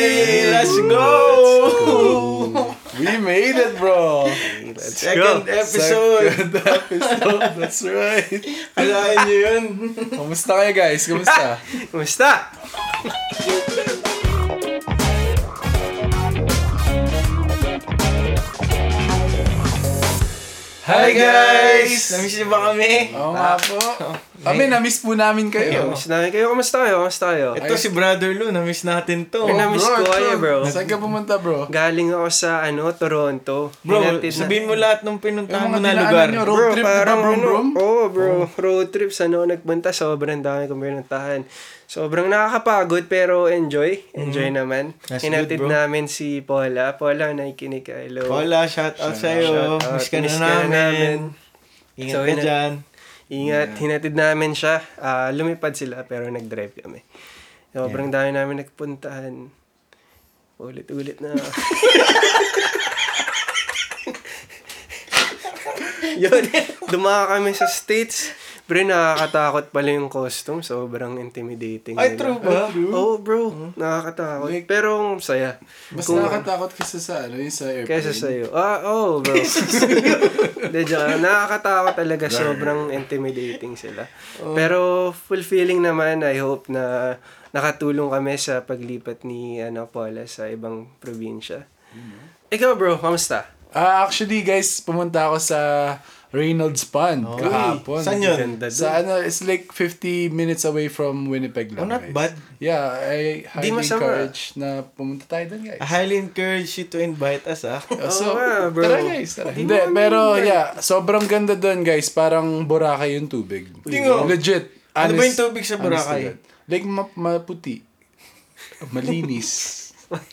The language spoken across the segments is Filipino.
Let's go! We made it, bro. Let's go. Second episode. Second episode. That's right. Alain nyo yun. Kamusta kayo, guys? Kamusta? Kumusta? Hi guys! Namiss nyo ba kami? Oo Oh, nga po. Oh, Kami, na-miss po namin kayo. Kamusta namin kayo? Kamusta kayo? Kamusta kayo? Ito si Brother Lou, namiss natin to. Ay, na-miss Oh, Bro, ko kayo, ito. bro. Saan ka pumunta, bro? Galing ako sa, ano, Toronto. Bro, Hinatid na- sabihin mo lahat ng pinuntahan Yung mo mga na dinaanan lugar. Ano Oh. nyo, road trip, di ba, parang bro, ano, bro? Oo, bro. Road trip. Sa ano, nagpunta, sobrang dami kong pinuntahan. Sobrang nakakapagod, pero enjoy. Enjoy naman. Mm-hmm. That's Hinatid good, bro. namin si Paula. Paula, nakikinig ka. Hello. Hola, shout out sa'yo. Shout out. Miss ka na Miss ka na namin. namin. Ingat So, ka ina- dyan. Ingat, hinatid namin siya. Ah, lumipad sila pero nag-drive kami. Sobrang dami namin nagpuntahan. Ulit-ulit na. Yun, dumaka kami sa States. Pre, nakakatakot pala yung costume. Sobrang intimidating. Ay, nila. true ba? Hmm? Oo, oh, bro. Nakakatakot. Like- pero ang saya. Mas Kung- nakakatakot kasi sa, ano, yung sa airplane. Kesa sa'yo. Ah, oh, bro. Hindi, joke lang. Nakakatawa talaga. Sobrang intimidating sila. Pero fulfilling naman. I hope na nakatulong kami sa paglipat ni ano, Paula sa ibang probinsya. Mm-hmm. Ikaw, bro. Kamusta? Ah, actually, guys, pumunta ako sa Reynolds Pond kahapon. Oh. Saan yun? Ganda dun. Sa ano, it's like 50 minutes away from Winnipeg lang. Oh, not guys. bad. Yeah, I highly masama. encourage na pumunta tayo dun, guys. I highly encourage you to invite us, ah. Oh, so, nga, bro. tara guys, tara. Hindi, pero yeah, sobrang ganda doon guys. Parang Boracay yung tubig. Tingo. Legit. Ano honest- ba yung tubig sa honest Boracay? to God. Like ma- maputi. Malinis.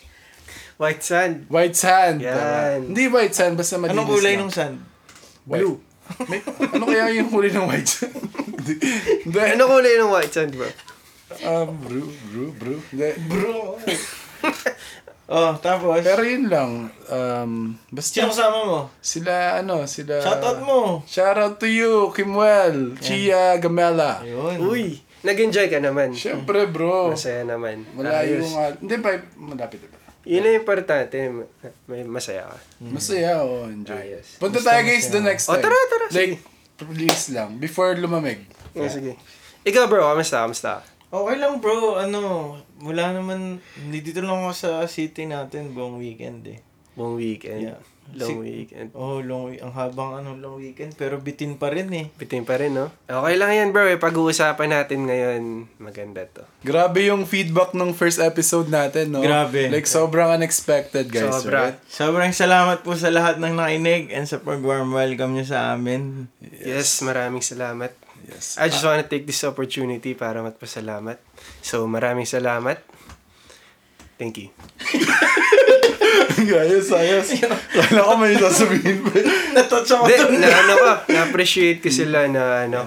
White sand. white sand. Yan. tama. Hindi white sand, basta malinis Anong kulay lang. ng sand? White. Blue. May, ano kaya yung kulay ng white sand? Hindi. Hindi. Ano kulay ng white sand, bro? Um, brew, brew, brew. Hindi. Bro. oh, tapos. Pero yun lang. Um, basta Sino kasama mo? sila, ano, sila... Shoutout mo. Shout out to you, Kimwell, Chia Gamela. Ayun. Uy! Nag-enjoy ka naman. Siyempre, bro. Masaya naman. Malayo Ayos. nga. Hindi pa, malapit na ba? Yun ang importante. May masaya ka. Masaya, oh, enjoy. Mm. Ayos. Punta tayo guys the next Oh, time. tara, tara, sige. Like, please lang, before lumamig. Oh, sige. Ikaw, bro. Kamusta? Kamusta? Okay lang bro, ano, wala naman, hindi dito lang ako sa city natin buong weekend eh. Buong weekend. Yeah. Sig- Long weekend. Oh, long week, ang habang ano, long weekend, pero bitin pa rin eh. Bitin pa rin, no? Okay lang yan, bro. Eh. Pag-uusapan natin ngayon, maganda to. Grabe yung feedback ng first episode natin, no? Grabe. Like, sobrang unexpected, guys. Sobra. right? Sobrang salamat po sa lahat ng nakinig and sa pag-warm welcome nyo sa amin. Yes. maraming salamat. Yes. I just wanna take this opportunity para magpasalamat. So, maraming salamat. Thank you. ayos, ayos. Kala ko may sasabihin pa. Natouch ako dun. Hindi, na ano ko, na-appreciate ko sila na ano.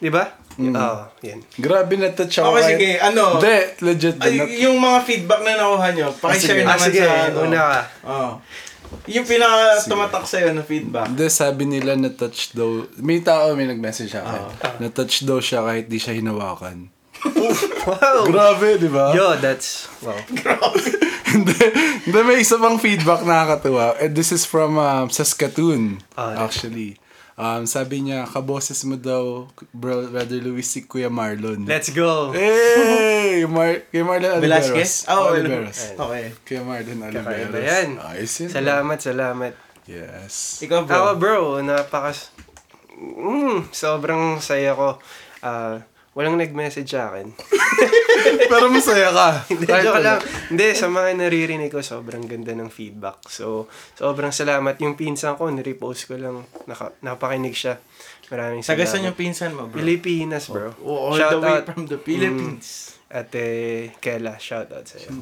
Di ba? Oo, yan. Grabe na touch ako. Okay, kahit- sige, ano? Hindi, legit. Ay, na- yung mga feedback na nakuha nyo, pakishare Ah, naman sige. sa ano. Una ka. Oh. Yung pinaka tumatak sa'yo na feedback. Hindi, sabi nila na-touch daw. May tao, may nag-message sa akin. Ah. Na-touch daw siya kahit di siya hinawakan. Wow! Grabe, di ba? Yo, that's... Wow. Hindi, hindi, may isa pang feedback nakakatuwa. And this is from um, Saskatoon, Ah, yeah. actually. Um, sabi niya, kaboses mo daw, bro, Brother Luis, si Kuya Marlon. Let's Eh. go! Ah, hey! Mar Kuya Marlon Oliveros. Velasquez? Oh, Oliveros. okay. Kuya Marlon Oliveros. Kakaiba yan. Ayos yun. Salamat, salamat. Yes. Ikaw bro. Ako bro, napakas... Mm, sobrang saya ko. Ah, walang nag-message sa akin. Pero masaya ka. Hindi, joke lang. Hindi, sa mga naririnig ko, sobrang ganda ng feedback. So, sobrang salamat. Yung pinsan ko, nirepost ko lang. Naka, napakinig siya. Maraming Taga saan salamat. yung pinsan mo, bro? Pilipinas, bro. Oh, all the Shout way out. from the Philippines. Mm. Ate Kela, shout out sa'yo.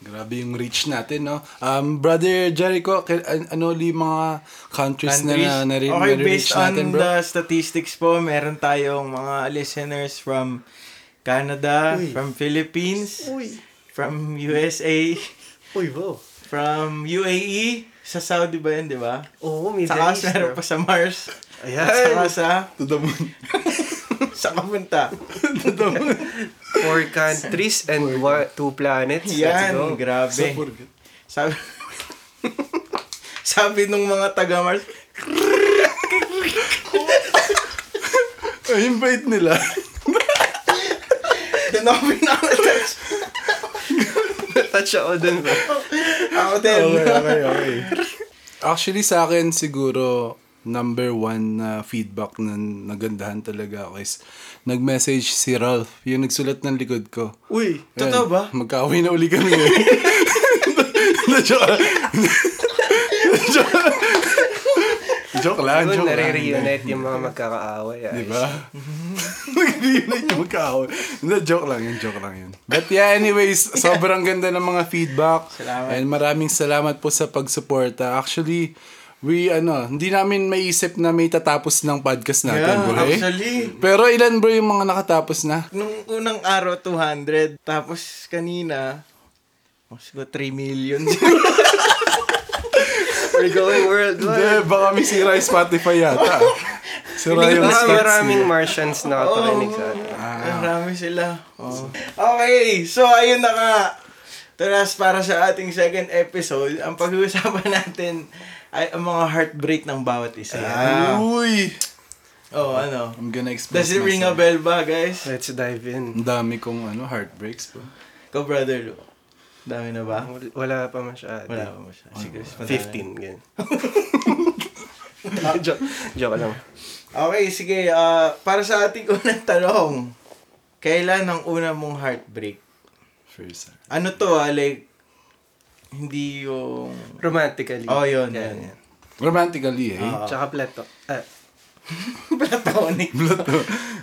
Grabe yung reach natin, no? Um, Brother Jericho, kay- an- ano li mga countries, na, na, na, na, okay, reach based on natin, bro? the statistics po, meron tayong mga listeners from Canada, from Philippines, Uy. from USA, Uy, wow. from UAE, sa Saudi ba yun, di ba? Oo, Middle Saka East, meron bro. pa sa Mars. Ayan. Saka sa, To the moon. sa kapunta. Four countries and one, two planets. Let's Yan, go. grabe. Sa Burger. Sabi, sabi nung mga taga-Mars, Ay, yung bait Oh, nila. doon ako pinaka-touch. Touch ako dun ba? Ako din. okay, okay. Actually, sa akin, siguro, number one na feedback na nagandahan talaga ako is nag-message si Ralph, yung nagsulat ng likod ko. Uy, Ayan, Totoo ba? Magkaaway na uli kami eh. joke lang. joke lang, Siguro joke lang. nare-reunite yung mga magkakaaway. ah. Di ba? Nag-reunite yung magkaaway. Hindi, joke lang yun, joke lang yun. But yeah, anyways, sobrang ganda ng mga feedback. Salamat. And maraming salamat po sa pagsuporta. Actually, we ano, hindi namin maiisip na may tatapos ng podcast natin, Yeah, bro. eh. actually. Pero ilan bro yung mga nakatapos na? Nung unang araw, 200. Tapos kanina, mas ko 3 million. We're going Hindi, worldwide. baka may sira yung Spotify yata. Sira yung Baka stats maraming niya. Martians na katakinig sa atin. Marami Ah. sila. Oo. Okay, so ayun na nga. Tulas para sa ating second episode, ang pag-uusapan natin ay ang mga heartbreak ng bawat isa. Uy! Oh, ano? I'm gonna express Ah. Does it ring a bell ba, guys? Let's dive in. Ang dami kong ano, heartbreaks po. Go, brother Lu. Dami na ba? Wala pa masyado. Wala pa mo siya. Sige, mas madami. 15, ganyan. joke, joke lang. Okay, sige. ah, para sa ating unang tanong, kailan ang una mong heartbreak? First time. Ano to, ah, like, hindi yung... Romantically. Oh, yun, Ganyan. yun, yun. Romantically, eh. Oo. Tsaka plato. Ah, Platonic.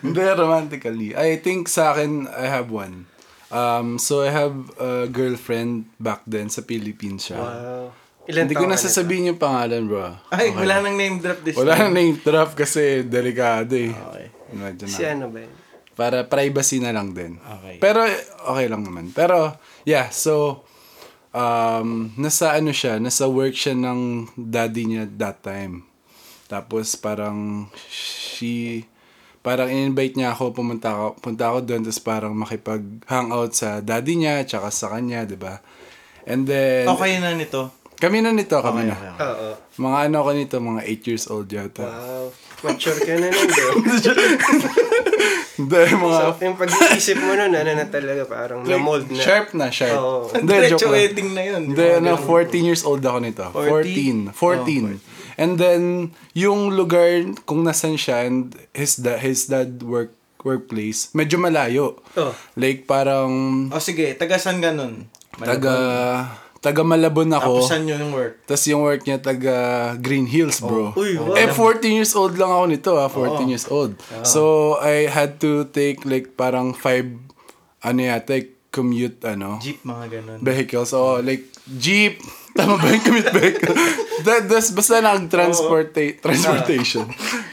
Hindi, romantically. I think sa akin, I have one. Um, so, I have a girlfriend back then sa Philippines siya. wow. ah, Ilan Hindi ko taon na ka nito? Ah, sasabihin yung pangalan, bro. Ay, Okay. wala nang name drop this Wala time. na yung trap kasi delikado eh. Okay. Medyo na. Si ano ba yun? Para privacy na lang din. Okay. Pero okay lang naman. Pero yeah, so um nasa ano siya, nasa work siya ng daddy niya that time. Tapos parang she parang in-invite niya ako pumunta ako punta ako doon tapos parang makipag hangout sa daddy niya tsaka sa kanya, 'di ba? And then Okay na nito. kami na nito, kami na. Okay, okay, okay. Oo. Mga ano ako nito, mga 8 years old yata. Wow. Mature ka na nun, bro. Hindi, mga So, yung pag-iisip mo nun, ano na talaga, parang na-mold na. Sharp na, sharp. Oo. Hindi, joke lang. Graduating na yun. Hindi, ano, 14 years old ako nito. 40? Oh, 14. 14. And then, yung lugar kung nasan siya and his, da- his dad work workplace, medyo malayo. Oh. Like, parang O Oh, sige, tagasan ganun. taga... Taga Malabon ako. Tapusan yun yung work. Tapos yung work niya taga Green Hills, bro. Oh. Uy, wow. Oh. Eh, 14 years old lang ako nito, ah. 14 years old. So, I had to take like parang five, ano yata, commute, ano, Jeep, mga ganun. vehicles. Oh, like, jeep. Tama ba yung commute vehicle? that, that's, basta nag-transporta- transportation.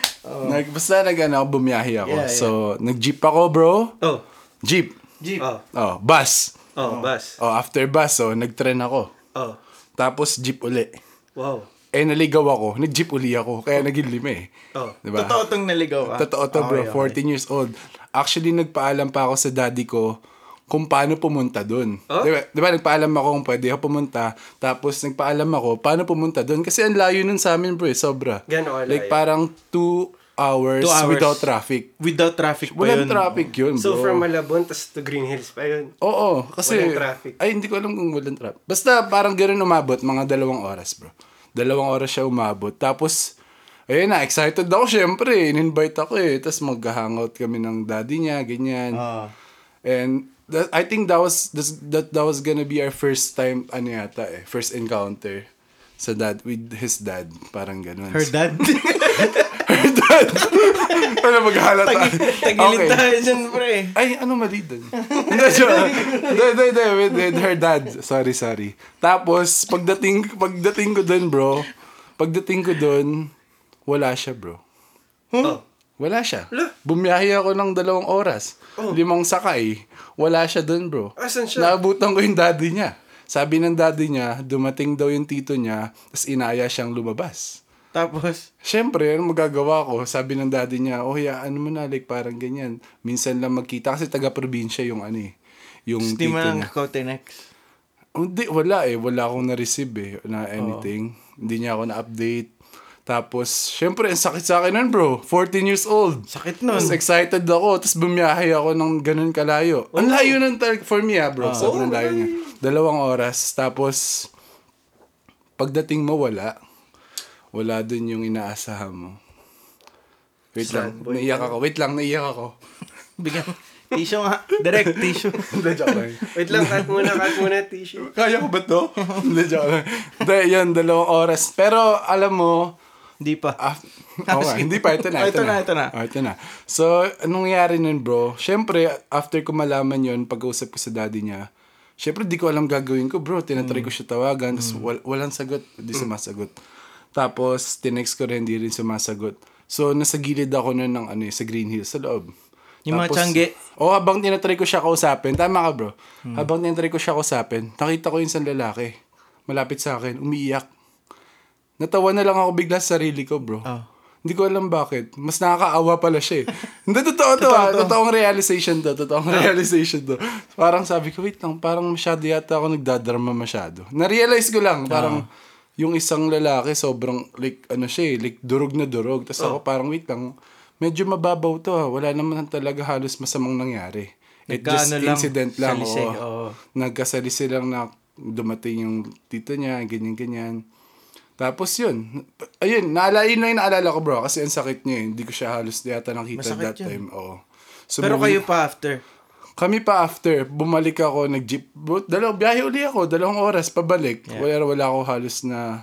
Nag, basta nag, ano, bumiyahe ako. Yeah, yeah. So, nag-jeep ako, bro. Oh. Jeep. Jeep. Oh. Oh, bus. Oh, bus. Oh, after bus, oh, nag-train ako. Oh. Tapos, jeep uli. Wow. Eh, naligaw ako. Nag-jeep uli ako. Kaya naging lima eh. Oh. Diba? Totoo tong naligaw ka? Totoo to, bro. Okay, 14 okay. years old. Actually, nagpaalam pa ako sa daddy ko kung paano pumunta doon. Oh? Diba, diba, nagpaalam ako kung pwede ako pumunta. Tapos, nagpaalam ako paano pumunta doon. Kasi ang layo nun sa amin, bro. eh, Sobra. Gaano kalayo? Like, parang 2 hours, Two hours. without traffic. Without traffic pa Walang yun. traffic yun, bro. So, from Malabon, tas to Green Hills pa yun. Oo, kasi... Walang traffic. Ay, hindi ko alam kung walang traffic. Basta parang ganun umabot, mga dalawang oras, bro. Dalawang oras siya umabot. Tapos, ayun na, excited ako syempre. In-invite ako eh. Tapos mag-hangout kami ng daddy niya, ganyan. Ah. And that, I think that was this, that that was gonna be our first time ano yata eh first encounter sa dad with his dad parang ganun Her dad. her dad ano maghalata Tagilid Okay. tayo dyan, pre. Ay, ano mali dun? Hindi, joke. Hindi, hindi, hindi. With, with her dad. Sorry, sorry. Tapos, pagdating, pagdating ko dun, bro, pagdating ko dun, wala siya, bro. Oh. Wala siya. Wala. Bumiyahe ako ng dalawang oras. Limang sakay. Wala siya dun, bro. Oh. Asan siya? Naabutan ko yung daddy niya. Sabi ng daddy niya, dumating daw yung tito niya, tapos inaya siyang lumabas. Tapos, Siyempre, ano magagawa ko? Sabi ng daddy niya, oh yeah, ano mo na, like parang ganyan. Minsan lang magkita kasi taga-probinsya yung ano eh. Yung hindi tito mo lang niya. kakauti next. Hindi, wala eh. Wala akong na-receive eh, na anything. Hindi niya ako na-update. Tapos, syempre, ang sakit sa akin nun, bro. 14 years old. Sakit nun. Tapos excited ako. Tapos bumiyahe ako ng ganun kalayo. Ang layo nun talaga for me, ah, bro. Sobrang layo niya. Dalawang oras. Tapos, pagdating mo, wala. Wala dun yung inaasahan mo. Wait lang. Naiyak ako. Wait lang, naiyak ako. Bigyan. Tissue nga. Direct tissue. Hindi, joke lang. Wait lang, cut muna, cut muna, tissue. Kaya ko ba to? Hindi, joke lang. Hindi, yun, dalawang oras. Pero, alam mo, Hindi pa. Ah, oo nga, hindi pa. Ito na, Oh, ito, na. ito na. Oh, ito na. So, anong nangyari nun, bro? Siyempre, after ko malaman yun, pag-usap ko sa daddy niya, siyempre, di ko alam gagawin ko, bro. Tinatry Mm. ko siya tawagan, tapos wal- walang sagot, di sumasagot. Tapos, tinext ko rin, di rin sumasagot. So, nasa gilid ako nun ng, ano, eh, sa Green Hills, sa loob. Yung mga tiyangge. Oh, habang tinatry ko siya kausapin, tama ka, bro. Mm. Habang tinatry ko siya kausapin, nakita ko yung isang lalaki. Malapit sa akin, umiiyak. Natawa na lang ako bigla sa sarili ko, bro. Oh. Hindi ko alam bakit. Mas nakakaawa pala siya eh. Hindi, totoo to ha. Totoong realization to. Totoong realization to. Parang sabi ko, wait lang, parang masyado yata ako nagdadrama masyado. Na-realize ko lang, Ah. parang yung isang lalaki sobrang like, ano siya eh, like durog na durog. Tapos Ah. ako parang, wait lang, medyo mababaw to ha. Wala naman talaga halos masamang nangyari. It just Nagkaano lang, incident lang. salisay, oo. oo. Nagkasalisi lang na dumating yung tito niya, ganyan-ganyan. Tapos yun. Ayun, naala, yun lang yung naalala ko bro. Kasi ang sakit niya eh. Hindi ko siya halos yata nakita Masakit that yun. time. Oo. So, Pero bumi- kayo pa after. Kami pa after, bumalik ako, nag-jeep. Bu- Dalawang biyahe uli ako, dalawang oras pabalik. Wala, wala ako halos na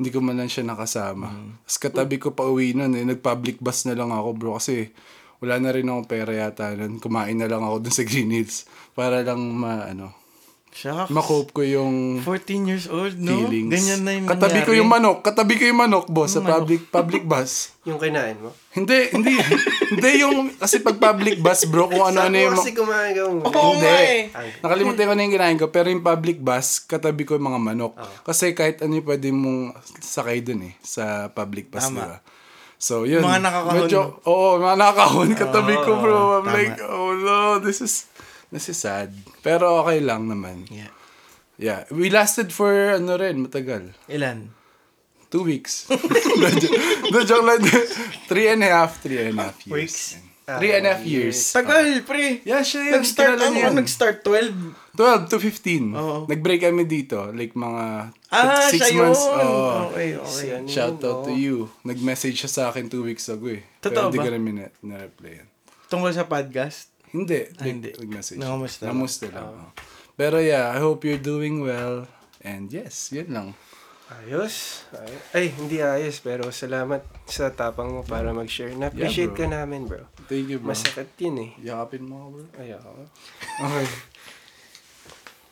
hindi ko man lang siya nakasama. Mm. Tapos katabi ko pa uwi nun eh. Nag-public bus na lang ako bro kasi wala na rin akong pera yata nun. Kumain na lang ako dun sa Green Hills para lang ma, ano, Shucks. makope ko yung 14 years old, no? feelings. Ganyan na yung Katabi ko nangyari. yung manok, katabi ko yung manok, boss, sa public public bus. Yung kinain mo? Hindi, hindi. hindi yung, kasi pag public bus, bro, kung ano-ano Saan mo Ano, yung... kasi gumagawa mo? Oo Hindi. nga eh. Nakalimutan ko na yung kinain ko, pero yung public bus, katabi ko yung mga manok. Kasi kahit ano yung pwede mong sakay dun eh, sa public bus, Tama. di ba? So, yun. Mga nakakahon. Ah, oo, mga nakakahon. Katabi ko, bro. I'm tama. like, oh no, this is, this is sad. Pero okay lang naman. Yeah. Yeah. We lasted for, ano rin, matagal. Ilan? Two weeks. the, jo- the joke lang. three and a half, three and a half years. Weeks. Three and a half years. Tagal, pre. Yeah, siya yun. Nag-start, Kilala ano, niya yun. nag-start 12. 12 to 15. Oo. Nag-break kami dito. Like mga Ah, six siya yun. months. oo. Okay, okay. Siya. Shout out to you. Nag-message siya sa akin two weeks ago eh. Totoo Pero hindi ba? ko namin na- na-replyan. Tungkol sa podcast. Hindi. Like, Ah, hindi. Nag-message. Nangamusta lang. Nangamusta lang. oo. Pero yeah, I hope you're doing well. And yes, yun lang. Ayos. Ay- Ay, hindi ayos. Pero salamat sa tapang mo para mag-share. Na-appreciate Yeah, bro. ka namin, bro. Thank you, bro. Masakit yun eh. Yakapin mo ako, bro. Ayoko. Okay.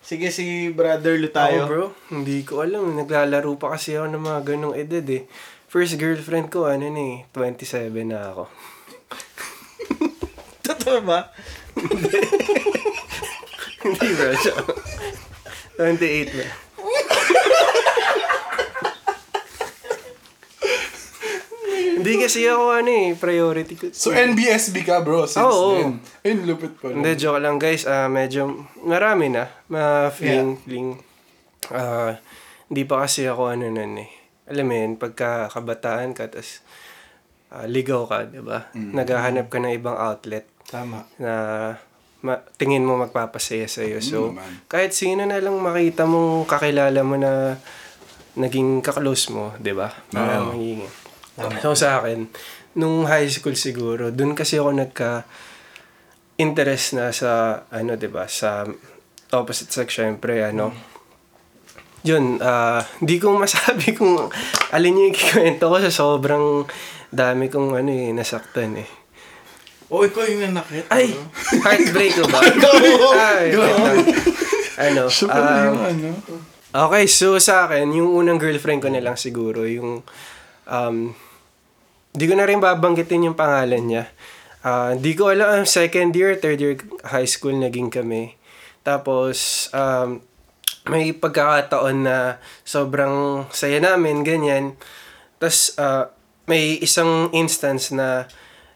Sige, si Brother Lu Oh, Tayo, tayo. bro. Hindi ko alam. Naglalaro pa kasi ako ng mga ganong edad eh. First girlfriend ko, ano na eh, 27 na ako. Totoo ba? Hindi bro, siya. 28 na. Hindi kasi ako ano eh, priority ko. So, NBSB ka, bro, since Oo. then. Ayun, lupit pa. Hindi, joke lang guys. Ah, medyo marami na. Ma-fling, fling. Ah, hindi pa kasi ako ano nun eh. Alam mo yun, pagka kabataan ka, tas ah, ligaw ka, di ba? Naghahanap ka ng ibang outlet Tama. na ma- tingin mo magpapasaya sa iyo. So, naman. kahit sino na lang makita mong kakilala mo na naging kaklose mo, 'di ba? Para Oo. magiging. So sa akin, nung high school siguro, dun kasi ako nagka interest na sa ano, 'di ba? Sa opposite sex syempre, ano. Yun, ah, di ko masabi kung alin yung kikwento ko sa sobrang dami kong ano eh, nasaktan eh. O, ikaw yung nanakit. Ay! Heartbreak ko ba? Ay, wait lang. ano, Siya pala yung um, ano. okay, so sa akin, yung unang girlfriend ko na lang siguro, yung, um, di ko na rin babanggitin yung pangalan niya. Ah, di ko alam, um, second year, third year high school naging kami. Tapos, um, may pagkakataon na sobrang saya namin, ganyan. Tapos, ah, may isang instance na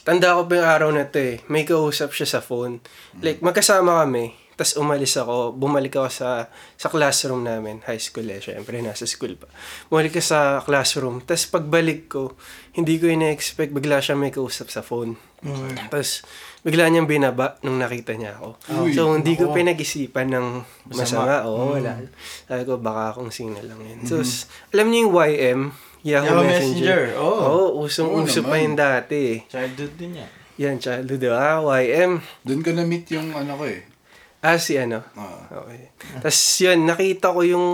tanda ko pa yung araw na to eh. May kausap siya sa phone. Like, magkasama kami. Tapos umalis ako, bumalik ako sa sa classroom namin, high school eh, syempre, nasa school pa. Bumalik ako sa classroom, tapos pagbalik ko, hindi ko ina-expect, bigla siya may kausap sa phone. Tapos, bigla niyang binaba nung nakita niya ako. so, hindi ko pinag-isipan ng masama. Oo, wala. Sabi ko, baka akong sino lang yun. So, s- alam niyo yung YM, Yahoo, Yahoo Messenger. Messenger, Oh. oo. Oo, usong-uso Oo pa naman. yun dati eh. Childhood din yan. Yan, childhood, di ba? YM. Doon ko na-meet yung ano ko eh. Ah, si ano? Ah. Okay. Tapos yun, nakita ko yung,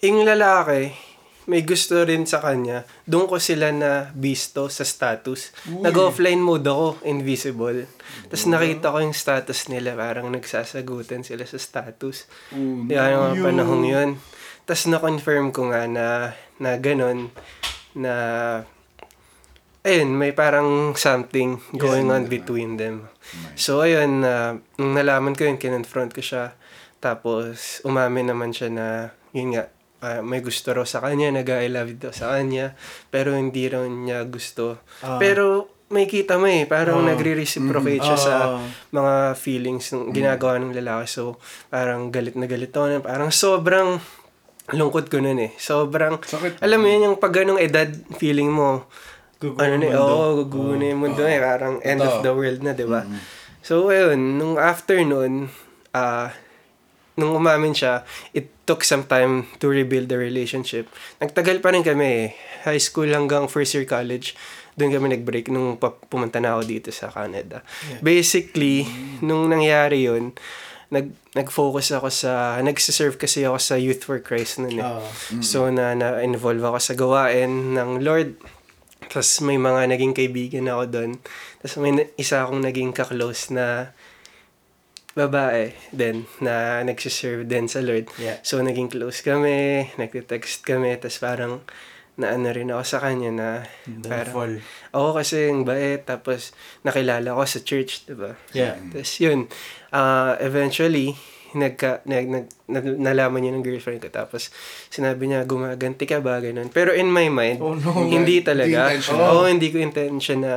yung lalaki, may gusto rin sa kanya. Doon ko sila na visto sa status. Nag-offline mode ako, invisible. Tapos nakita ko yung status nila, parang nagsasagutan sila sa status. Oh, Di ba, Mm, yung mga panahong yun. Tapos na-confirm ko nga na, na ganun, na, ayun, may parang something going on between them. So, ayun, na nung nalaman ko yun, kinonfront ko siya. Tapos, umamin naman siya na, yun nga, ah, may gusto raw sa kanya, nag i love daw sa kanya, pero hindi raw niya gusto. pero, may kita mo eh, parang nagre-reciprocate siya sa Ah. mga feelings ng ginagawa ng lalaki. So, parang galit na galit ako. nun. Parang sobrang lungkot ko nun eh. Sobrang, Sakit. alam mo yun, yung pag ganong edad, feeling mo, Gugulo ano na, mundo. oo, gugulo na yung mundo eh. Parang end of Totoo. the world na, di ba? So, ayun, nung afternoon, ah, nung umamin siya, it took some time to rebuild the relationship. Nagtagal pa rin kami eh. High school hanggang first year college, doon kami nag-break nung pa- pumunta na ako dito sa Canada. Basically, nung nangyari yun, nag nag-focus ako sa nagsiserve kasi ako sa Youth for Christ noon eh. Oo. Mm. Mm-hmm. So na na-involve ako sa gawain ng Lord. Tapos may mga naging kaibigan ako doon. Tapos may na- isa akong naging kaklose na babae din na nagsiserve din sa Lord. Yeah. So naging close kami, nagte-text kami, tapos parang naano rin ako sa kanya na parang, Downfall. ako kasi yung bait, tapos nakilala ko sa church, di ba? Yeah. Mm. Tapos yun, ah, eventually, nagka, nag, nag, nal- nalaman niya ng girlfriend ko. Tapos sinabi niya, gumaganti ka ba, ganun. Pero in my mind, Oh, no. hindi talaga. Hindi intentional. Oo, hindi ko intention na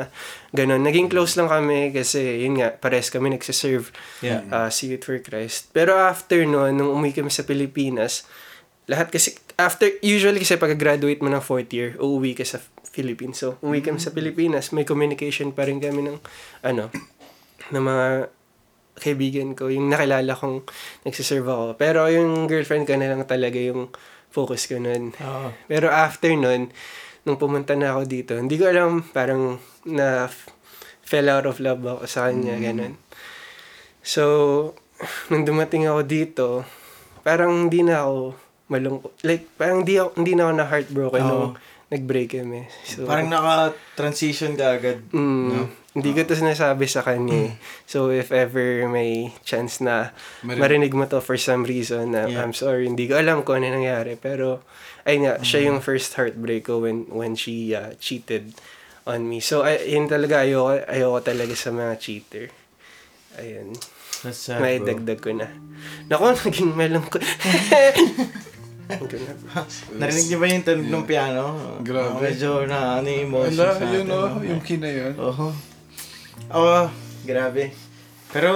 ganun. Naging close lang kami kasi yun nga, pares kami nagsiserve Yeah. ah, si Youth for Christ. Pero after noon, nung umuwi kami sa Pilipinas, lahat kasi, after, usually kasi pag-graduate mo ng fourth year, uuwi ka sa Philippines. So, umuwi kami sa Pilipinas, may communication pa rin kami ng, ano, ng mga kaibigan ko, yung nakilala kong nagsiserve ako. Pero yung girlfriend ko na lang talaga yung focus ko nun. Oo. Pero after nun, nung pumunta na ako dito, hindi ko alam, parang na f- fell out of love ako sa kanya, Mm. ganun. So, nung dumating ako dito, parang hindi na ako malungkot. Like, parang hindi, ako, hindi na ako na-heartbroken Oo. nung nag-break kami. So, Parang naka-transition ka agad. Mm, Hindi ko to sinasabi sa kanya. eh. Mm. So, if ever may chance na Marinig. marinig mo to for some reason, na Yeah. I'm sorry, hindi ko alam kung ano nangyari. Pero, ayun nga, siya Mm. yung first heartbreak ko when, when she uh, cheated on me. So, ay, yun talaga, ayoko, ayoko talaga sa mga cheater. Ayun. That's sad, may bro. dagdag ko na. Naku, naging malungkot. Ayun na. Narinig niyo ba yung tunog ng piano? Ah, Grabe. Medyo na ano yung emotion Ala, sa atin. yun oh, yung kina yun. Oo. Oo, grabe. Pero,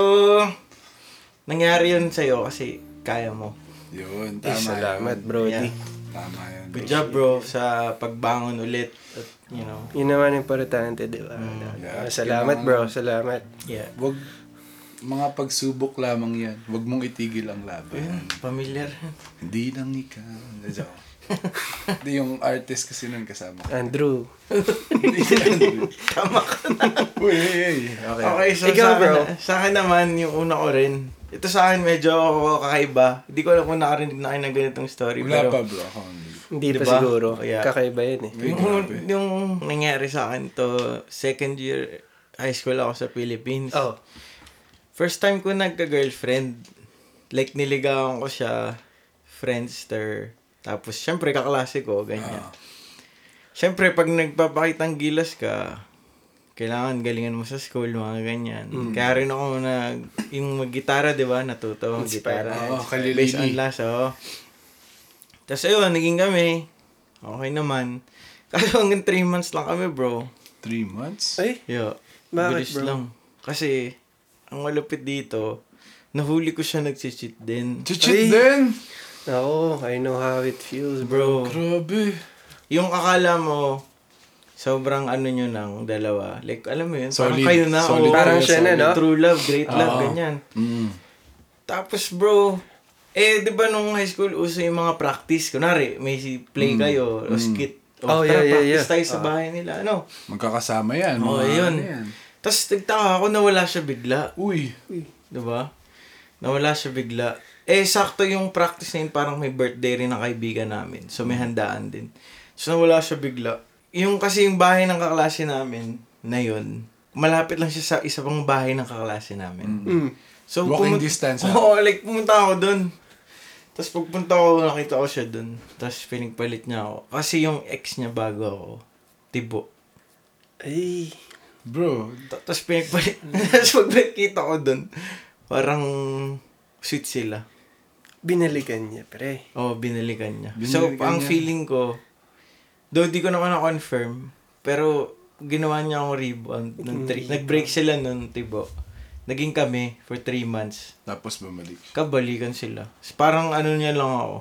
nangyari yun sa'yo kasi kaya mo. Yun, Ay, tama salamat, yun. Brody. Yeah. Tama yun. Good job bro sa pagbangon ulit. At, you know, Yun naman importante, di ba? Mm, Ah, yeah. Salamat, bro. Salamat. yeah. Wag, mga pagsubok lamang yan. Wag mong itigil ang laban. Familiar. Hindi lang ikaw. Hindi, joke. Hindi, yung artist kasi nun kasama ko. Andrew. Tama ka. Uy, uy, uy. Okay. Okay, so Ikaw, sa, akin, bro. na- sa akin naman, yung una ko rin. Ito sa akin medyo kakaiba. Hindi ko alam kung nakarinig na kayo ng ganitong story. Wala pero, pa bro. Ako hindi. Hindi Diba? pa siguro. Yeah. Kakaiba yun eh. Yung, yung nangyari sa akin to, second year high school ako sa Philippines. Oh. First time ko nagka-girlfriend, like niligawan ko siya, friendster. Tapos, syempre, kaklase ko, Ah. ganyan. Syempre, pag nagpapakitang gilas ka, kailangan galingan mo sa school, mga ganyan. Mm. Kaya rin ako na, yung mag-gitara, di ba? Natuto mag-gitara. Oo, kalilili. Based on last, oo. Tapos, ayun, naging kami. Okay naman. Kaso hanggang 3 months lang kami, bro. Three months? Ay, Yeah. Bakit, Bilis bro? lang. Kasi, ang malupit dito, Nahuli ko siya nag-cheat din. Chichit Ay! din! Ako, I know how it feels, bro. Bro, Grabe. yung akala mo, sobrang ano nyo ng dalawa. Like, alam mo yun, Solid. parang kayo na. Solid oh, Parang talaga, siya na, solid. no? True love, great love, Oo. ganyan. Mm. Tapos bro, eh, di ba nung high school, uso yung mga practice. Kunwari, may si- play Mm. kayo, o skit. Oh, O, yeah, tara, yeah, Ah. practice yeah. tayo sa bahay nila. Ano? Magkakasama yan. Oo, Mga yun. ano yan. Tapos nagtaka ako, nawala siya bigla. Uy. Di ba? Diba? Nawala siya bigla. Eh, sakto yung practice na yun, parang may birthday rin ng kaibigan namin. So, may handaan din. So, nawala siya bigla. Yung kasi yung bahay ng kaklase namin, na yun, malapit lang siya sa isa pang bahay ng kaklase namin. Mm. So, Walking pumun- distance, ah. Oo, like, pumunta ako doon. Tapos pagpunta ko, nakita ko siya doon. Tapos feeling palit niya ako. Kasi yung ex niya bago ako, tibo. Ay, Bro. Ta- Tapos pinagpalit. Tapos pag nakita ko doon, parang sweet sila. binalikan niya, pre. Oo, binalikan niya. so, Binalikan ang niya. feeling ko, though di ko naman na-confirm, pero ginawa niya akong rebound. Mm. Nung tri- Nag-break sila nun, tibo. Naging kami for three months. Tapos bumalik. Kabalikan sila. Parang ano niya lang ako.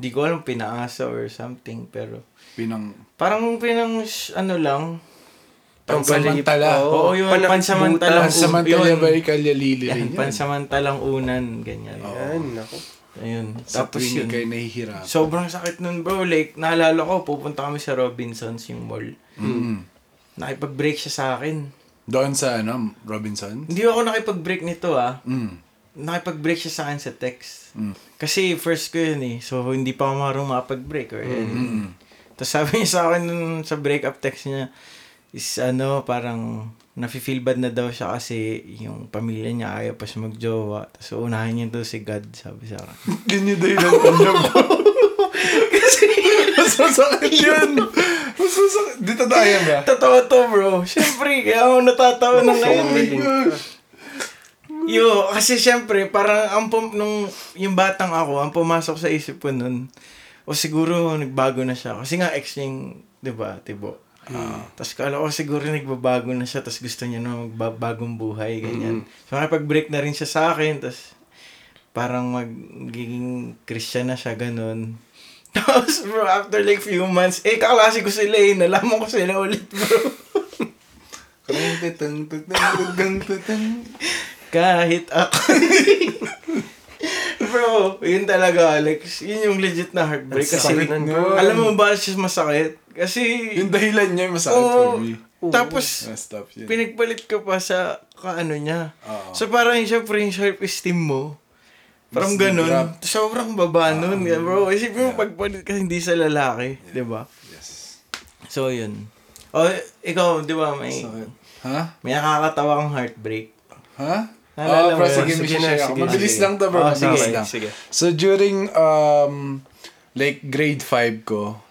Di ko alam, pinaasa or something, pero... Pinang... Parang pinang, sh- ano lang. Pansamantala. Oo, Oo, yun, panakbutan. pansamantalang Pansamantala yun. ba ikalyalili rin Yan, yan? pansamantalang unan, ganyan. Yan, ako. Ayun. Sa Tapos tuwing yun. ikay nahihirap. Sobrang sakit nun bro. Like, naalala ko, pupunta kami sa Robinsons yung mall. Mm. Nakipag-break siya sa akin. Doon sa ano, Robinson? Hindi ako nakipag-break nito ah. Mm. Nakipag-break siya sa akin sa text. Mm. Kasi first ko yun eh. So, hindi pa ako marunong makapag-break or Mm-hmm. anything. mm. Tapos sabi niya sa akin nun, sa breakup text niya, is ano, parang nafe-feel bad na daw siya kasi yung pamilya niya ayaw pa siya magjowa. Tapos unahin niya daw si God, sabi sa akin. Ganyan din ang kanya bro. Masasakit yun. Masasakit. Dito tayo ba? Totoo to bro. Siyempre, kaya ako natatawa na ngayon eh. Yo, kasi syempre, parang ang pum- nung yung batang ako, ang pumasok sa isip ko nun, o siguro nagbago na siya. Kasi nga ex niya yung, di ba, tibo. Tapos kala ko siguro nagbabago na siya, tapos gusto niya na magbabagong buhay, ganyan. So nakipag-break na rin siya sa akin, tapos parang magiging Christian na siya, ganun. Tapos bro, after like few months, eh kaklase ko sila eh, nalaman ko sila ulit bro. Kahit ako. Bro, yun talaga, Alex. Yun yung legit na heartbreak. Ang Kasi, sakit nun, bro. alam mo ba siya masakit? Kasi, Yung dahilan niya yung masakit for Oo. me. tapos, Messed up yun. pinagpalit ka pa sa kaano niya. Oo. So, parang yung syempre yung self-esteem mo. Parang Mas Ah, ganun. nag-drop. Sobrang baba nun, eh, bro. Isipin mo, pagpalit ka hindi sa lalaki. di ba? Yes. So, yun. O, ikaw, di ba, may, Sakit. Ha? may nakakatawa kang heartbreak. Ha? Naalala Ah, bro, mo yun? sige, Ah, Sige may na, share ako. sige. Ah, Mabilis Sige. lang to, bro. Oh, sige. Mabilis lang. Sige. So, during, um, like, grade 5 ko,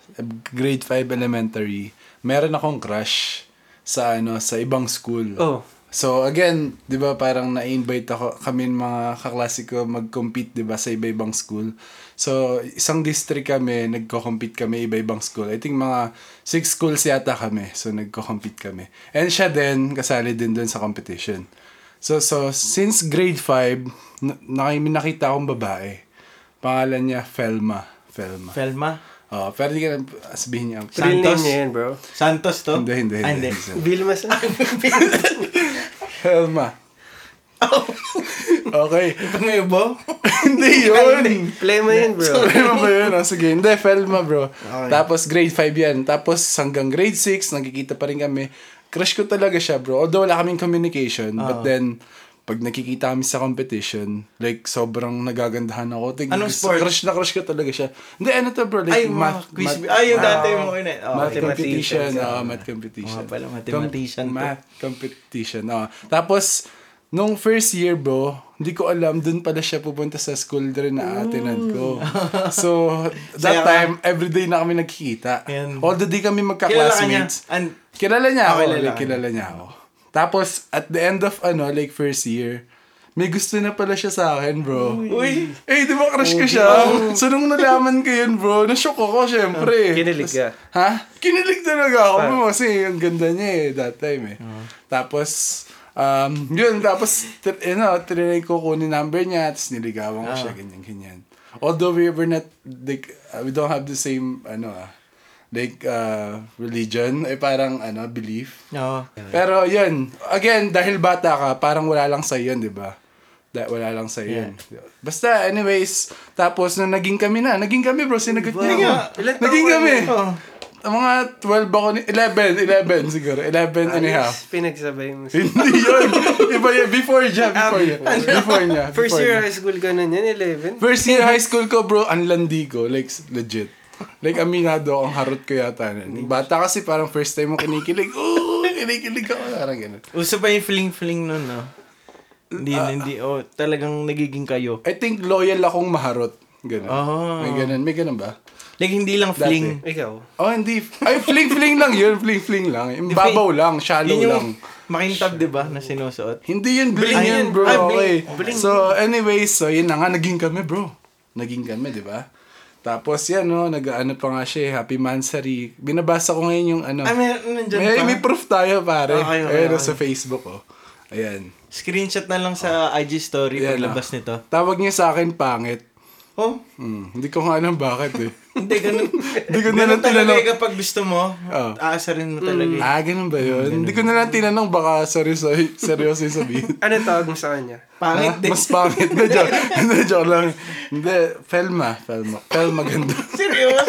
grade 5 elementary, meron akong crush sa, ano, sa ibang school. Oh. So, again, di ba, parang na-invite ako, kami mga kaklase ko mag-compete, di ba, sa iba-ibang school. So, isang district kami, nagko-compete kami iba-ibang school. I think mga six schools yata kami. So, nagko-compete kami. And siya din, kasali din dun sa competition. So, so since grade 5, na, na- may nakita akong babae. Pangalan niya, Felma. Felma. Felma? Oh, pero di ka sabihin niya. Sa- Real name Santos? niya yan, bro. Santos to? Hindi, hindi, Ah, hindi. Vilma sa... Felma. okay. Pangayubo? hindi yun. eh. Plema yan, bro. Felma ba yun? O, sige. Hindi, Felma bro. Tapos grade 5 yan. Tapos hanggang grade 6, nagkikita pa rin kami. Crush ko talaga siya bro. Although wala kaming communication. Ah. But then, pag nakikita kami sa competition, like sobrang nagagandahan ako. Tig, Anong gusto- sport? Crush na crush ko talaga siya. Hindi, ano to bro? Like, Ay, math, math, quiz. math- Ah. Ay, yung dati mo yun eh. math Okay. competition. Mathematician. ah, math competition. Mga pala, mathematician Com- to. math competition. ah. Tapos, nung first year bro, hindi ko alam, dun pala siya pupunta sa school rin na atinan ko. So, Mm. that Saya ka. time, everyday na kami nagkikita. Yan. Although di kami Kilala ka niya. magka-classmates. And, Kilala niya Ah, ako. kilala like, ka. kilala niya ako. Tapos, at the end of, ano, like, first year, may gusto na pala siya sa akin, bro. uy, Eh, di ba crush ko siya? So, nung nalaman ko yun, bro, na-shock ako, syempre. Kinilig ka. Mm. Ha? Kinilig talaga ako. Kasi ang ganda niya eh, that time eh. Tapos, Um, yun, tapos, tr- you know, trinay ko kunin number niya, tapos niligawan ko Ah. siya, ganyan, ganyan. Although we were not, like, uh, we don't have the same, ano ah, like, uh, religion, eh, parang, ano, belief. Oo. Pero, yun, again, dahil bata ka, parang wala lang sa'yo yun, di ba? Da- wala lang sa'yo yun. Basta, anyways, tapos, nung naging kami na, naging kami, bro, sinagot niya ako. Ilan taon Naging ka kami. Oo. Mga 12 ako, ni- 11, 11 siguro, 11 and a half. Pinagsabay mo. siya. Hindi yun. Iba yun. Before niya. Before niya. Before niya. Um, ano? First before year niya. high school ka na niyan, 11. First year high school ko, bro, ang landi ko. Like, legit. Like, aminado, ang harot ko yata. nun. Bata kasi parang first time mo kinikilig. Oo, kinikilig ako. Parang ganun. Uso pa yung fling-fling nun, no? Hindi, hindi. Oh, talagang nagiging kayo. I think loyal akong maharot. Ganun. Oh. May ganun. May ganun ba? Like, hindi lang Dati. fling. Ikaw. Oh, hindi. Ay, fling-fling lang yun. Fling-fling lang. Imbabaw lang. Shallow Yun yung lang. makintab, di ba, na sinusuot. Hindi yun, bling, Bling yun, yun. bro. Ah, okay. bling. So, anyways, so yun na nga, naging kami, bro. Naging kami, di ba? Tapos yan, no, nag-ano pa nga siya, eh, happy mansary. Binabasa ko ngayon yung ano. Ah, meron nandyan may, pa? Ah, may proof tayo, pare. Okay, okay, Ayun, okay. sa Facebook, oh. Ayan. Screenshot na lang sa IG story Ayan, paglabas ah. nito. Tawag niya sa akin, pangit. Oh, Hmm, hindi ko nga alam bakit, eh. hindi, ganun. Hindi ko na ganun lang tinanong. talaga eh, kapag gusto mo, Oo. aasarin mo talaga. eh. Ah, ganun ba yun? Hindi ko na lang tinanong, baka seryoso, seryoso yung sabihin. Ano tawag mo sa kanya? Ah, Pangit eh. din. Mas pangit. Hindi, joke. Hindi, joke lang. Hindi, Felma. Felma. Felma ganda. Serious?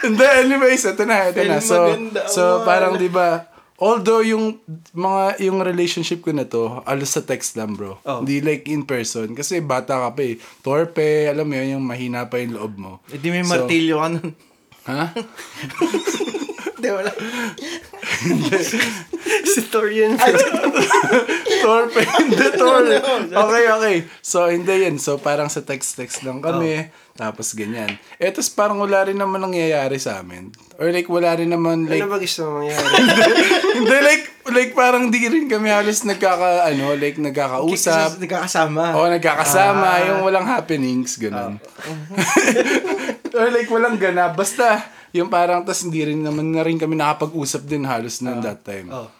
Hindi, anyways, ito na, ito na. Film So, maganda, so awan. parang 'di ba? Although yung mga yung relationship ko na to, alos sa text lang, bro. Oh. Hindi like in person kasi bata ka pa eh. Torpe, alam mo yun, yung mahina pa yung loob mo. Eh, di may So, martilyo ka nun. Ha? Hindi, wala. Historian. torpe, hindi torpe. Okay, okay. So, hindi yun. So, parang sa text-text lang kami. Tapos, ganyan. Eh, tapos parang wala rin naman nangyayari sa amin. Or like, wala rin naman like... Ano ba gusto mong mangyari? Hindi, like, like parang di rin kami halos nagkaka, ano, like, nagkakausap. Nagkakasama. O nagkakasama, yung walang happenings, ganun. Or like, walang ganap. Basta, yung parang, tas hindi rin naman na rin kami nakapag-usap din halos noon that time. Oh.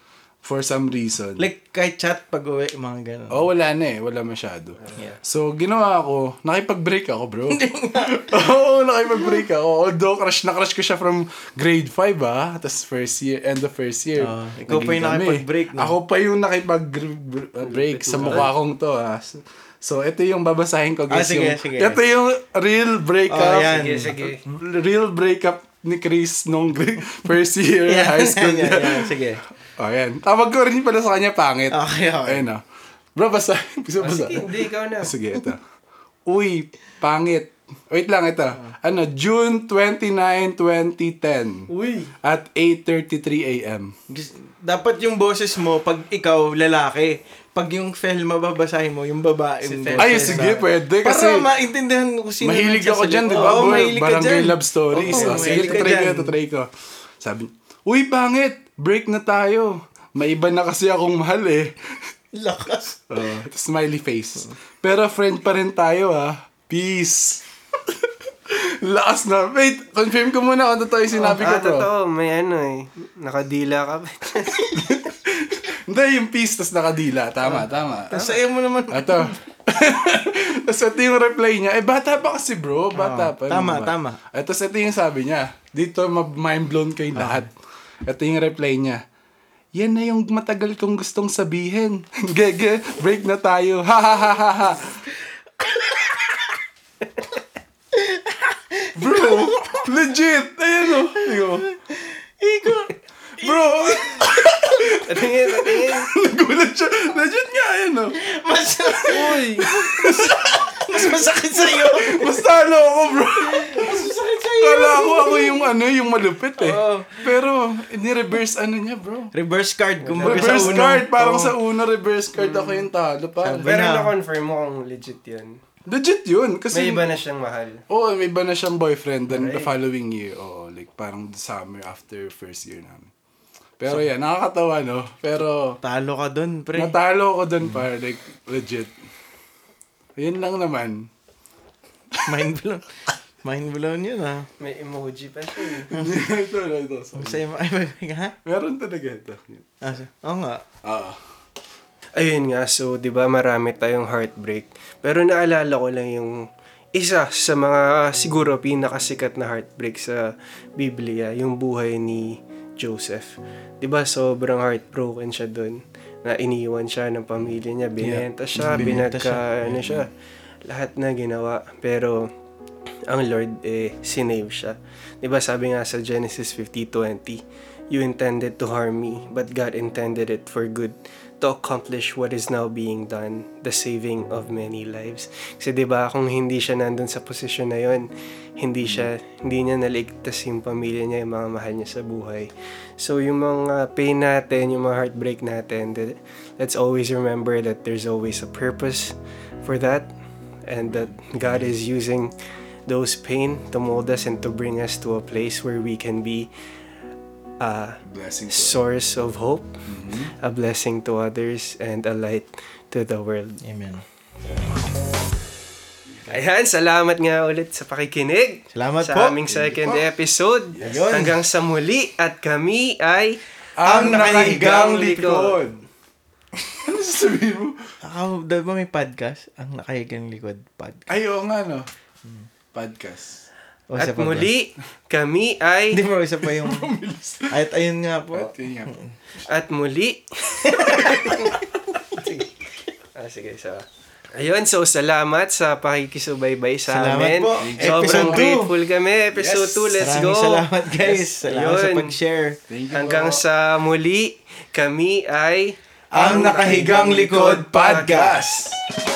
For some reason. Like, kahit chat pag uwi, mga ganun. Oh, wala na eh. Wala masyado. Yeah. So, ginawa ko, nakipag-break ako, bro. Oo, nakipag-break ako. Although, crush na crush ko siya from grade 5, ah. Tapos first year, end of first year. Oo, Ah, ikaw naging pa yung kami. nakipag-break, no? Ako pa yung nakipag-break sa mukha kong to, ah. So, ito yung babasahin ko, Ah, guys. sige, yung, sige. Ito yung real breakup. Oh, yan. Sige, sige. Real breakup ni Chris nung grade- first year Yeah, high school yeah, niya. yeah, sige. Oh, yan. Tawag ko rin pala sa kanya pangit. Okay, okay. Oh, Ayun ah. Bro, basta. Gusto mo basta. Sige, hindi, ikaw na. Sige, ito. Uy, pangit. Wait lang, ito. Ano, June 29, 2010. Uy. At 8.33 a.m. Gus- Dapat yung boses mo, pag ikaw, lalaki. Pag yung fel, mababasahin mo, yung babae mo. Fel. Ay, sige, pwede. Kasi Para maintindihan ko sino mahilig ako nagsasalita. dyan, di ba? Oo, boy? mahilig ka Barangay dyan. love stories. Oh, Oo, sige, mahilig ka tatry ko, dyan. tatry ko. Sabi niya, Uy, pangit. Break na tayo. May iba na kasi akong mahal eh. Lakas. Oh, smiley face. Pero friend pa rin tayo ah. Peace. Lakas na. Wait, confirm ko muna kung totoo yung sinabi ko Ah, bro. totoo. May ano eh. Nakadila ka pa. Hindi, yung peace, tas nakadila. Ah. Tama, tama. Ang saya mo naman. Ato. Tapos ito yung reply niya. Eh, bata pa kasi bro. Bata Ah, pa. ano tama, ba? tama. Eh, Tapos ito yung sabi niya. Dito, ma- mind blown kayo Ah. lahat. Ito yung reply niya. Yan na yung matagal kong gustong sabihin. Gege, break na tayo. Ha ha ha ha ha. Bro, legit. Ayan o. Tingnan mo. Bro, Tingin, tingin. nagulat siya. Legit nga, ayan oh. o. Mas, mas masakit sa'yo. Basta ano ako, bro. Mas masakit sa'yo. Kala ko ako yung ano, yung malupit eh. Oo. Pero, ni-reverse ano niya, bro. Reverse card. Kumbaga Reverse sa unang. card. Parang Oo. sa una, reverse card ako yung talo. Parang. Sabi- Pero na. na-confirm mo kung legit yun. Legit yun. Kasi, May iba na siyang mahal. Oo, may iba na siyang boyfriend then the following year. Oo, like parang the summer after first year namin. Pero yan, nakakatawa, no? Pero, Talo ka dun, pre. natalo ko dun par, like, legit. Yun lang naman. Mind blown. Mind blown yun ah. May emoji pa siya. eh. ito, ito, ito. sorry. Ang sayo ay mag- ha? Meron talaga ito. Ah, so- oo nga. Ah. Ayun nga, so 'di ba marami tayong heartbreak. Pero naalala ko lang yung isa sa mga siguro pinakasikat na heartbreak sa Biblia, yung buhay ni Joseph. 'Di ba sobrang heartbroken siya doon na iniwan siya ng pamilya niya, binenta siya, Binenta binagka ano siya. Lahat na ginawa pero ang Lord eh sinave siya. 'Di ba sabi nga sa Genesis 50:20, you intended to harm me, but God intended it for good to accomplish what is now being done, the saving of many lives. Kasi 'di ba kung hindi siya nandun sa posisyon na 'yon, hindi siya hindi niya naligtas yung pamilya niya, yung mga mahal niya sa buhay. So yung mga pain natin, yung mga heartbreak natin, that- let's always remember that there's always a purpose for that and that God is using those pain to mold us and to bring us to a place where we can be a Blessing to source of hope, Mm-hmm. a blessing to others, and a light to the world. Amen. Ayan, salamat nga ulit sa pakikinig. Salamat sa po. aming second episode. Yun. Hanggang sa muli at kami ay Ang nakahigang likod. ano sasabihin mo? Ako, di ba may podcast? Ang nakahigang likod podcast. Ay, oo nga, no? Podcast. O, At isa pa ba? muli, kami ay Hindi bro, isa pa yung... At ayun nga po. At yun nga po. At muli. ah, sige, sa Ayun, so salamat sa pakikisubaybay sa Salamat amin. po. Sobrang Episode two. grateful kami. Episode Yes. 2, let's Maraming go. salamat guys. Salamat sa Yun. pag-share. Thank you oh. Hanggang po. sa muli, kami ay Ang Nakahigang Likod Podcast.